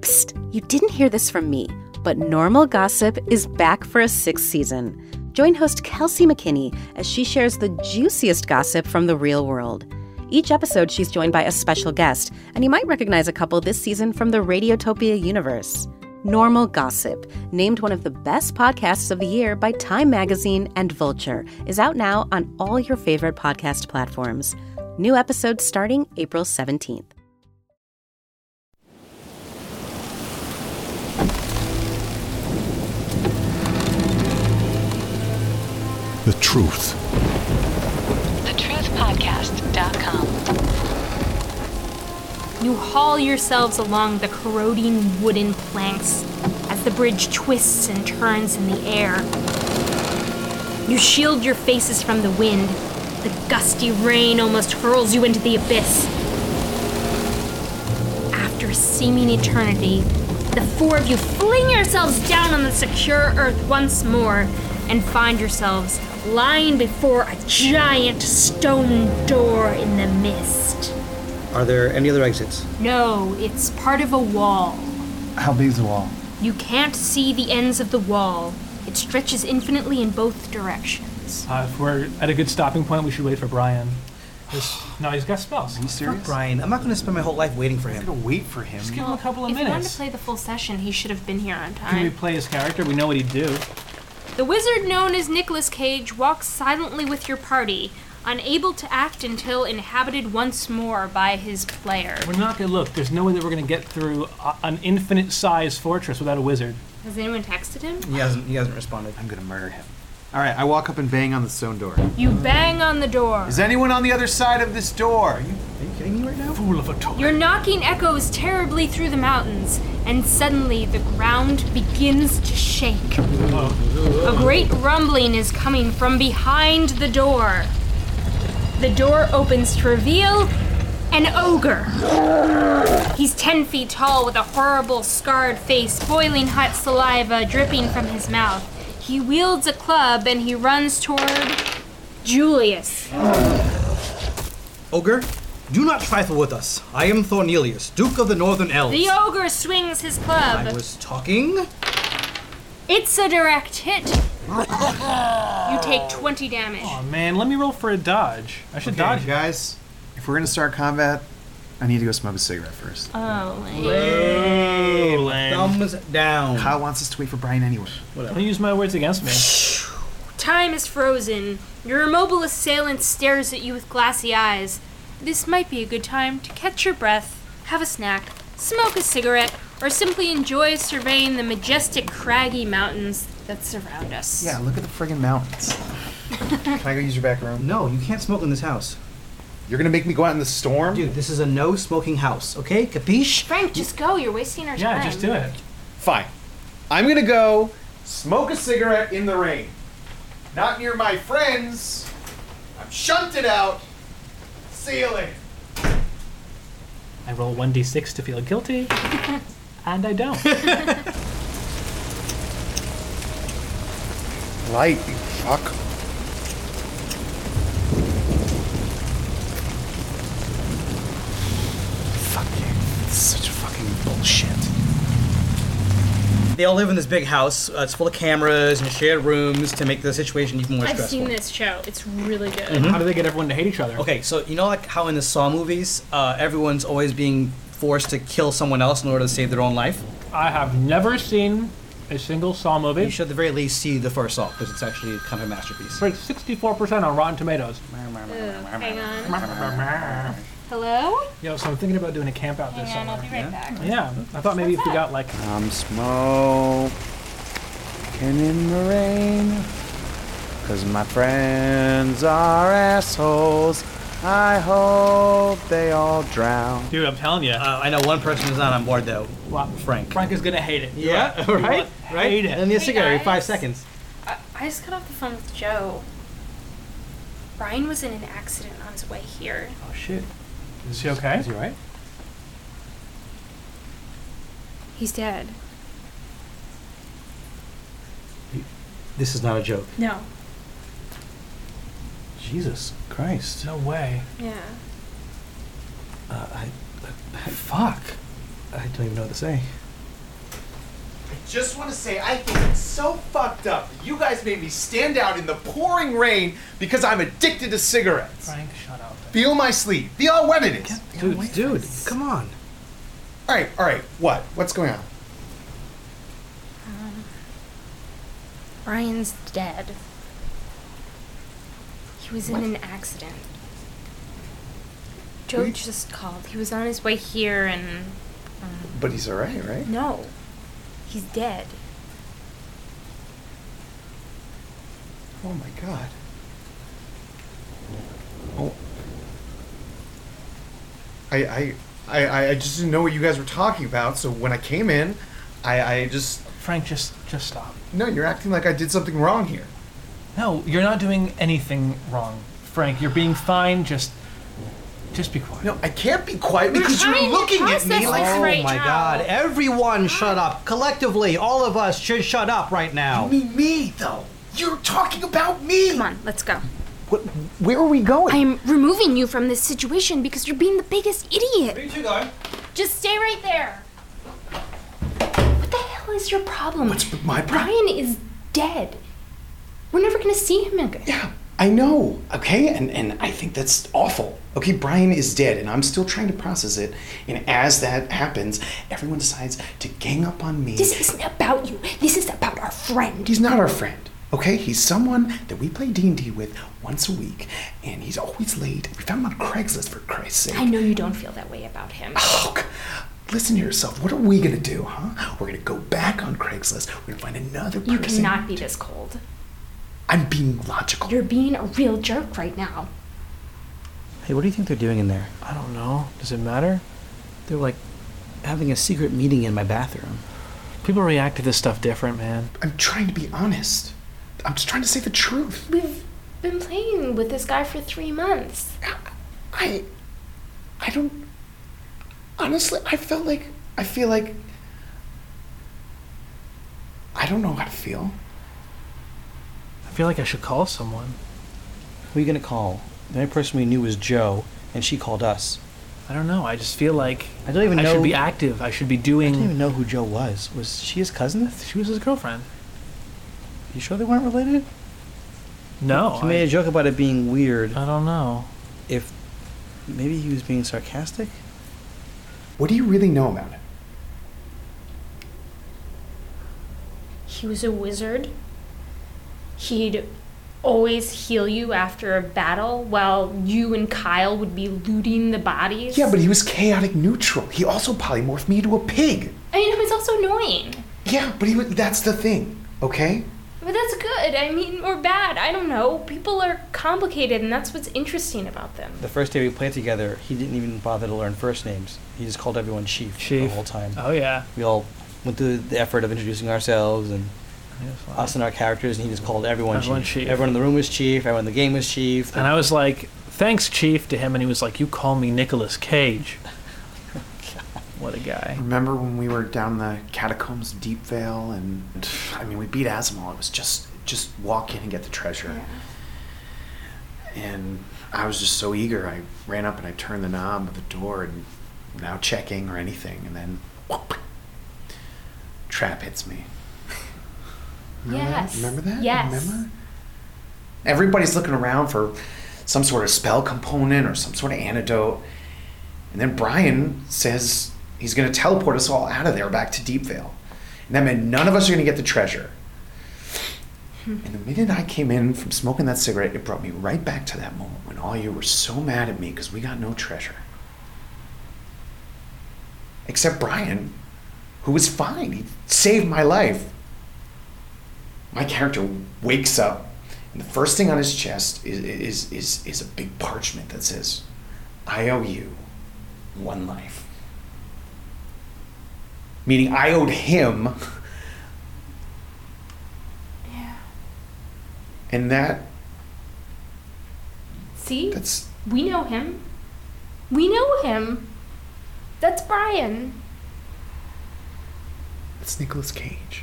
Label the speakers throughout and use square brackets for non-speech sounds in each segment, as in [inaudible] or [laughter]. Speaker 1: Psst, you didn't hear this from me, but Normal Gossip is back for a sixth season. Join host Kelsey McKinney as she shares the juiciest gossip from the real world. Each episode, she's joined by a special guest, and you might recognize a couple this season from the Radiotopia universe. Normal Gossip, named one of the best podcasts of the year by Time Magazine and Vulture, is out now on all your favorite podcast platforms. New episodes starting April 17th.
Speaker 2: The truth.
Speaker 3: thetruthpodcast.com.
Speaker 4: You haul yourselves along the corroding wooden planks as the bridge twists and turns in the air. You shield your faces from the wind. The gusty rain almost hurls you into the abyss. After a seeming eternity, the four of you fling yourselves down on the secure earth once more and find yourselves lying before a giant stone door in the mist.
Speaker 5: Are there any other exits?
Speaker 4: No, it's part of a wall.
Speaker 6: How big's the wall?
Speaker 4: You can't see the ends of the wall. It stretches infinitely in both directions.
Speaker 7: Uh, if we're at a good stopping point, we should wait for Brian. This- no, he's got spells.
Speaker 6: Are you serious?
Speaker 5: Brian, I'm not going to spend my whole life waiting for
Speaker 6: I'm
Speaker 5: him.
Speaker 6: gonna wait for him.
Speaker 7: Just give him a couple of
Speaker 4: if he wanted to
Speaker 7: minutes.
Speaker 4: play the full session, he should have been here on
Speaker 7: Can we
Speaker 4: time.
Speaker 7: play his character? We know what he'd do.
Speaker 4: The wizard known as Nicolas Cage walks silently with your party, unable to act until inhabited once more by his player.
Speaker 7: We're not gonna look. There's no way that we're gonna get through a, an infinite size fortress without a wizard.
Speaker 4: Has anyone texted him?
Speaker 5: He hasn't. He hasn't responded.
Speaker 6: I'm gonna murder him. All right, I walk up and bang on the stone door.
Speaker 4: You bang on the door.
Speaker 6: Is anyone on the other side of this door? You,
Speaker 5: Are you kidding me right now?
Speaker 7: Fool of a toy.
Speaker 4: Your knocking echoes terribly through the mountains, and suddenly the ground begins to shake. A great rumbling is coming from behind the door. The door opens to reveal an ogre. He's 10 feet tall with a horrible, scarred face, boiling hot saliva dripping from his mouth. He wields a club and he runs toward Julius.
Speaker 5: Ogre, do not trifle with us. I am Thornelius, Duke of the Northern Elves.
Speaker 4: The ogre swings his club.
Speaker 5: I was talking.
Speaker 4: It's a direct hit. you take 20 damage.
Speaker 7: Aw, Oh, man, let me roll for a dodge. I should
Speaker 6: Dodge,
Speaker 7: dodge.
Speaker 6: guys. If we're gonna start combat, I need to go smoke a cigarette first.
Speaker 4: Um. Oh,
Speaker 7: Hey, lame.
Speaker 5: Thumbs down.
Speaker 6: Kyle wants us to wait for Brian anyway.
Speaker 7: Don't use my words against me.
Speaker 4: Time is frozen. Your immobile assailant stares at you with glassy eyes. This might be a good time to catch your breath, have a snack, smoke a cigarette, or simply enjoy surveying the majestic craggy mountains that surround us.
Speaker 6: Yeah, look at the friggin' mountains. Can I go use your back room?
Speaker 5: No, you can't smoke in this house,
Speaker 6: You're gonna make me go out in the storm?
Speaker 5: dude. This is a no-smoking house. Okay, capiche?
Speaker 4: Frank, just go. You're wasting our time.
Speaker 7: Yeah, just do it.
Speaker 6: Fine. I'm gonna go smoke a cigarette in the rain. Not near my friends. I'm shunted out. See you later.
Speaker 7: I roll 1d6 to feel
Speaker 4: [laughs]
Speaker 7: guilty, and I don't.
Speaker 6: Mm-hmm. Light, you fuck. Fuck you. This is such fucking bullshit.
Speaker 5: They all live in this big house. Uh, it's full of cameras and shared rooms to make the situation even more
Speaker 4: I've
Speaker 5: stressful.
Speaker 4: seen this show. It's really good.
Speaker 7: How do they get everyone to hate each other?
Speaker 5: Okay, so you know like how in the Saw movies, uh, everyone's always being forced to kill someone else in order to save their own life.
Speaker 7: I have never seen a single Saw movie.
Speaker 5: You should at the very least see the first Saw because it's actually kind of a masterpiece. Uh,
Speaker 7: Rated 64% on Rotten [laughs] Tomatoes.
Speaker 4: Ugh, hang on. Hello?
Speaker 7: Yo, so I'm thinking about doing a camp out this
Speaker 4: Hang on, I'll
Speaker 7: summer.
Speaker 4: be right back.
Speaker 7: Yeah, I thought maybe if we got like
Speaker 8: I'm smoking in the rain. Cause my friends are assholes. I hope they all drown.
Speaker 7: Dude, I'm telling you.
Speaker 5: Uh, I know one person is not on board though.
Speaker 7: Well,
Speaker 5: Frank.
Speaker 7: Frank is gonna hate
Speaker 9: [laughs]
Speaker 7: it.
Speaker 5: Yeah,
Speaker 7: You
Speaker 5: right,
Speaker 7: will
Speaker 5: right.
Speaker 7: Hate
Speaker 5: And
Speaker 7: it.
Speaker 5: the cigarette every five
Speaker 4: guys.
Speaker 5: seconds.
Speaker 4: I, I just got off the phone with Joe. Brian was in an accident on his way here.
Speaker 7: Oh shit. Is he okay?
Speaker 6: Is he right?
Speaker 4: He's dead.
Speaker 5: This is not a joke.
Speaker 4: No.
Speaker 6: Jesus Christ.
Speaker 7: No way.
Speaker 4: Yeah.
Speaker 6: Uh, I, I, fuck. I don't even know what to say. just want to say I think it's so fucked up that you guys made me stand out in the pouring rain because I'm addicted to cigarettes.
Speaker 7: Frank, shut up.
Speaker 6: Feel my sleeve. Feel how wet it is.
Speaker 10: Dude, dude, come on.
Speaker 6: All right, all right. What? What's going on?
Speaker 4: Brian's dead. He was in an accident. Joe just called. He was on his way here and.
Speaker 6: But he's all right, right?
Speaker 4: No. He's dead.
Speaker 6: Oh my god. Oh. I, I I I- I just didn't know what you guys were talking about, so when I came in, I I just
Speaker 7: Frank, just just stop.
Speaker 6: no, you're acting like I did something wrong here.
Speaker 7: No, you're not doing anything wrong, Frank. You're being fine. Just just be quiet.
Speaker 6: No, I can't be quiet because
Speaker 4: trying
Speaker 6: you're
Speaker 4: to
Speaker 6: looking at
Speaker 4: process
Speaker 6: me like
Speaker 4: this
Speaker 6: oh,
Speaker 4: right
Speaker 9: my
Speaker 4: now.
Speaker 9: god, everyone shut up. Collectively, all of us should shut up right now.
Speaker 6: me, me though. You're talking about me.
Speaker 4: Come on, let's go.
Speaker 6: What, where are we going?
Speaker 4: I'm removing you from this situation because you're being the biggest idiot.
Speaker 10: Where you two going?
Speaker 4: Just stay right there. What the hell is your problem?
Speaker 6: my problem?
Speaker 4: Brian is dead. We're never gonna see him again.
Speaker 6: Yeah, I know. Okay, and and I think that's awful. Okay, Brian is dead, and I'm still trying to process it. And as that happens, everyone decides to gang up on me.
Speaker 4: This isn't about you. This is about our friend.
Speaker 6: He's not our friend. Okay, he's someone that we play D and D with once a week, and he's always late. We found him on Craigslist for Christ's sake.
Speaker 4: I know you don't feel that way about him.
Speaker 6: Fuck. Listen to yourself. What are we gonna do, huh? We're gonna go back on Craigslist. We're gonna find another person.
Speaker 4: You cannot be this cold.
Speaker 6: I'm being logical.
Speaker 4: You're being a real jerk right now.
Speaker 5: Hey, what do you think they're doing in there?
Speaker 7: I don't know. Does it matter?
Speaker 5: They're like having a secret meeting in my bathroom.
Speaker 7: People react to this stuff different, man.
Speaker 6: I'm trying to be honest. I'm just trying to say the truth.
Speaker 4: We've been playing with this guy for three months.
Speaker 6: I, I don't. Honestly, I felt like I feel like. I don't know how to feel.
Speaker 7: I feel like I should call someone.
Speaker 5: Who are you gonna call? The only person we knew was Joe, and she called us.
Speaker 7: I don't know. I just feel like
Speaker 5: I don't even
Speaker 7: I
Speaker 5: know-
Speaker 7: should be active. I should be
Speaker 5: I didn't
Speaker 7: doing.
Speaker 5: even know who Joe was. Was she his cousin?
Speaker 7: She was his girlfriend.
Speaker 5: You sure they weren't related?
Speaker 7: No,
Speaker 5: He made a
Speaker 7: I,
Speaker 5: joke about it being weird.
Speaker 7: I don't know.
Speaker 5: if maybe he was being sarcastic.
Speaker 6: What do you really know about it?
Speaker 4: He was a wizard. He'd always heal you after a battle while you and Kyle would be looting the bodies.
Speaker 6: Yeah, but he was chaotic neutral. He also polymorphed me into a pig.
Speaker 4: I mean, it was also annoying.
Speaker 6: Yeah, but he was, that's the thing, okay?
Speaker 4: But that's good. I mean, or bad. I don't know. People are complicated, and that's what's interesting about them.
Speaker 5: The first day we played together, he didn't even bother to learn first names. He just called everyone Chief,
Speaker 7: Chief.
Speaker 5: the whole time.
Speaker 7: Oh yeah.
Speaker 5: We all went through the effort of introducing ourselves and us and our characters, and he just called everyone,
Speaker 7: Everyone
Speaker 5: chief. Uh-huh.
Speaker 7: Chief.
Speaker 5: Everyone in the room was Chief. Everyone in the game was Chief.
Speaker 7: And I was like, "Thanks, Chief," to him, and he was like, "You call me Nicolas [laughs] Cage." what a guy.
Speaker 6: Remember when we were down the catacombs, Deep Vale, and I mean, we beat Asimov. It was just just walk in and get the treasure. And I was just so eager. I ran up and I turned the knob of the door, and now checking or anything, and then whoop, trap hits me. Remember that?
Speaker 4: yes.
Speaker 6: Remember that?
Speaker 4: Yes.
Speaker 6: Remember? Everybody's looking around for some sort of spell component or some sort of antidote. And then Brian says he's going to teleport us all out of there back to Deepvale. And that meant none of us are going to get the treasure. And the minute I came in from smoking that cigarette, it brought me right back to that moment when all you were so mad at me because we got no treasure. Except Brian, who was fine. He saved my life my character wakes up and the first thing on his chest is is is, is a big parchment that says i owe you one life meaning i owed him and that
Speaker 4: See?
Speaker 6: that's
Speaker 4: We know him. We know him. That's Brian.
Speaker 6: that's nicholas cage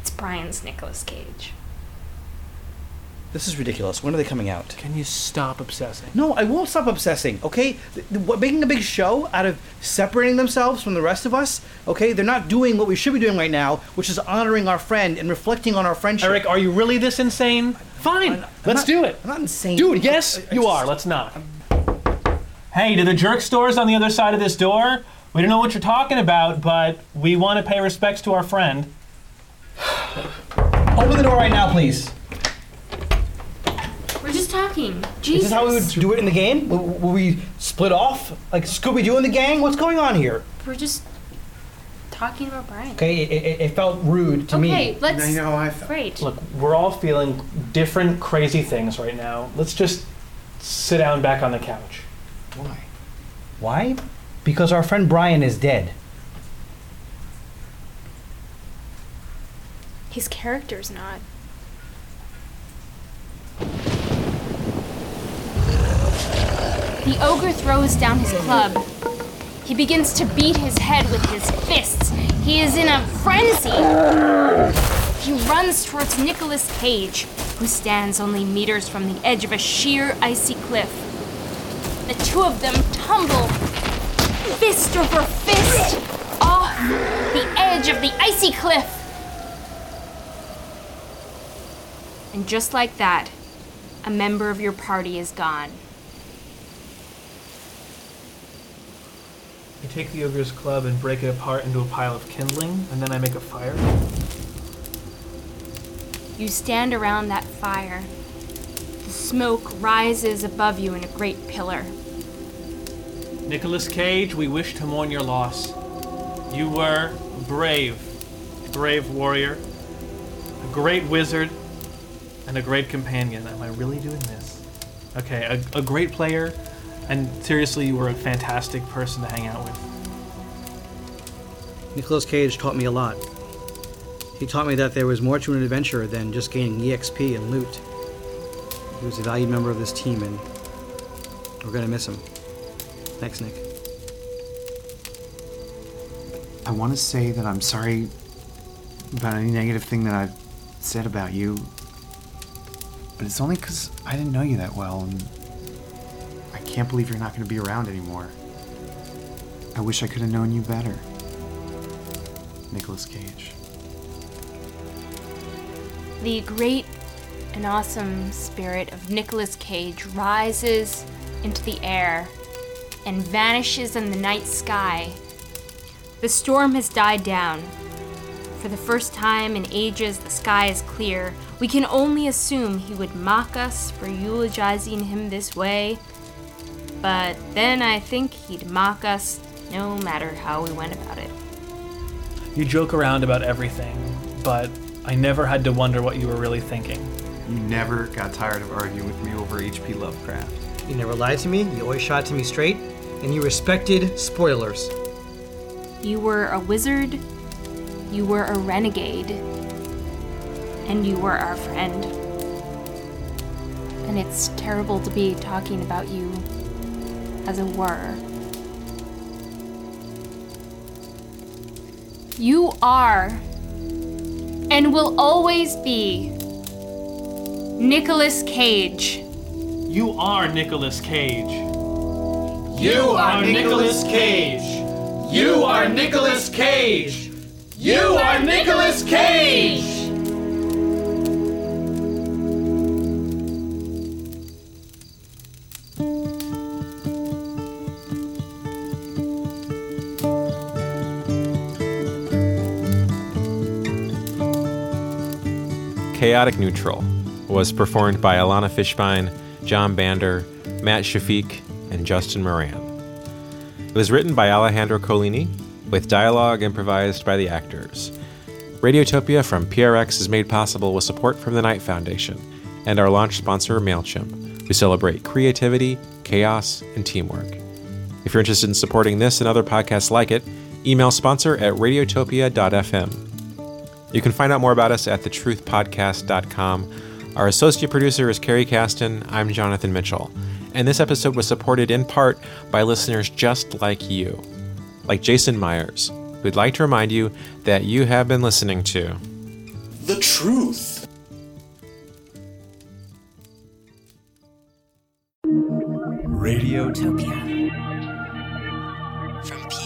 Speaker 4: It's Brian's Nicolas Cage.
Speaker 11: This is ridiculous. When are they coming out?
Speaker 7: Can you stop obsessing?
Speaker 11: No, I won't stop obsessing. Okay, Th- th- what- making a big show out of separating themselves from the rest of us. Okay, they're not doing what we should be doing right now, which is honoring our friend and reflecting on our friendship.
Speaker 7: Eric, are you really this insane? Fine, let's
Speaker 11: not-
Speaker 7: do it.
Speaker 11: I'm not insane.
Speaker 7: Dude, yes, you are. Let's not. Hey, to the jerk stores on the other side of this door, we don't know what you're talking about, but we want to pay respects to our friend.
Speaker 5: Open the door right now, please.
Speaker 4: We're just talking.
Speaker 5: Is
Speaker 4: Jesus.
Speaker 5: this how we would do it in the game? Will, will we split off like Scooby Doo and the gang? What's going on here?
Speaker 4: We're just talking about Oh, Brian.
Speaker 5: Okay, it, it, it felt rude to
Speaker 4: Okay,
Speaker 5: me.
Speaker 4: let's.
Speaker 6: you know how I felt.
Speaker 4: Great.
Speaker 7: Look, we're all feeling different crazy things right now. Let's just sit down back on the couch.
Speaker 6: Why?
Speaker 5: Why? Because our friend Brian is dead.
Speaker 4: His character's not. The ogre throws down his club. He begins to beat his head with his fists. He is in a frenzy. He runs towards Nicolas Cage, who stands only meters from the edge of a sheer icy cliff. The two of them tumble, fist over fist, off the edge of the icy cliff. And just like that, a member of your party is gone.
Speaker 7: You take the ogre's club and break it apart into a pile of kindling, and then I make a fire.
Speaker 4: You stand around that fire. The smoke rises above you in a great pillar.
Speaker 7: Nicholas Cage, we wish to mourn your loss. You were brave, brave warrior, a great wizard, and a great companion. Am I really doing this? Okay, a, a great player, and seriously, you were a fantastic person to hang out with.
Speaker 5: Nicolas Cage taught me a lot. He taught me that there was more to an adventure than just gaining EXP and loot. He was a valued member of this team, and we're gonna miss him. Thanks, Nick.
Speaker 6: I want to say that I'm sorry about any negative thing that I've said about you, but it's only because I didn't know you that well, and I can't believe you're not going to be around anymore. I wish I could have known you better. Nicolas Cage.
Speaker 4: The great and awesome spirit of Nicolas Cage rises into the air and vanishes in the night sky. The storm has died down. For the first time in ages, the sky is clear. We can only assume he would mock us for eulogizing him this way, but then I think he'd mock us no matter how we went about it.
Speaker 7: You joke around about everything, but I never had to wonder what you were really thinking.
Speaker 8: You never got tired of arguing with me over H.P. Lovecraft.
Speaker 5: You never lied to me, you always shot to me straight, and you respected spoilers.
Speaker 4: You were a wizard, you were a renegade, and you were our friend. And it's terrible to be talking about you as a were. You are and will always be Nicolas Cage.
Speaker 7: You are Nicolas Cage.
Speaker 4: You are
Speaker 7: Nicolas Cage. You are Nicolas Cage. You are Nicolas Cage.
Speaker 12: Chaotic Neutral was performed by Alana Fishbein, John Bander, Matt Shafiq, and Justin Moran. It was written by Alejandro Colini, with dialogue improvised by the actors. Radiotopia from PRX is made possible with support from the Knight Foundation and our launch sponsor, MailChimp, who celebrate creativity, chaos, and teamwork. If you're interested in supporting this and other podcasts like it, email sponsor at radiotopia.fm. You can find out more about us at thetruthpodcast.com. Our associate producer is Carrie Caston. I'm Jonathan Mitchell. And this episode was supported in part by listeners just like you, like Jason Myers, who'd like to remind you that you have been listening to
Speaker 13: The truth. from P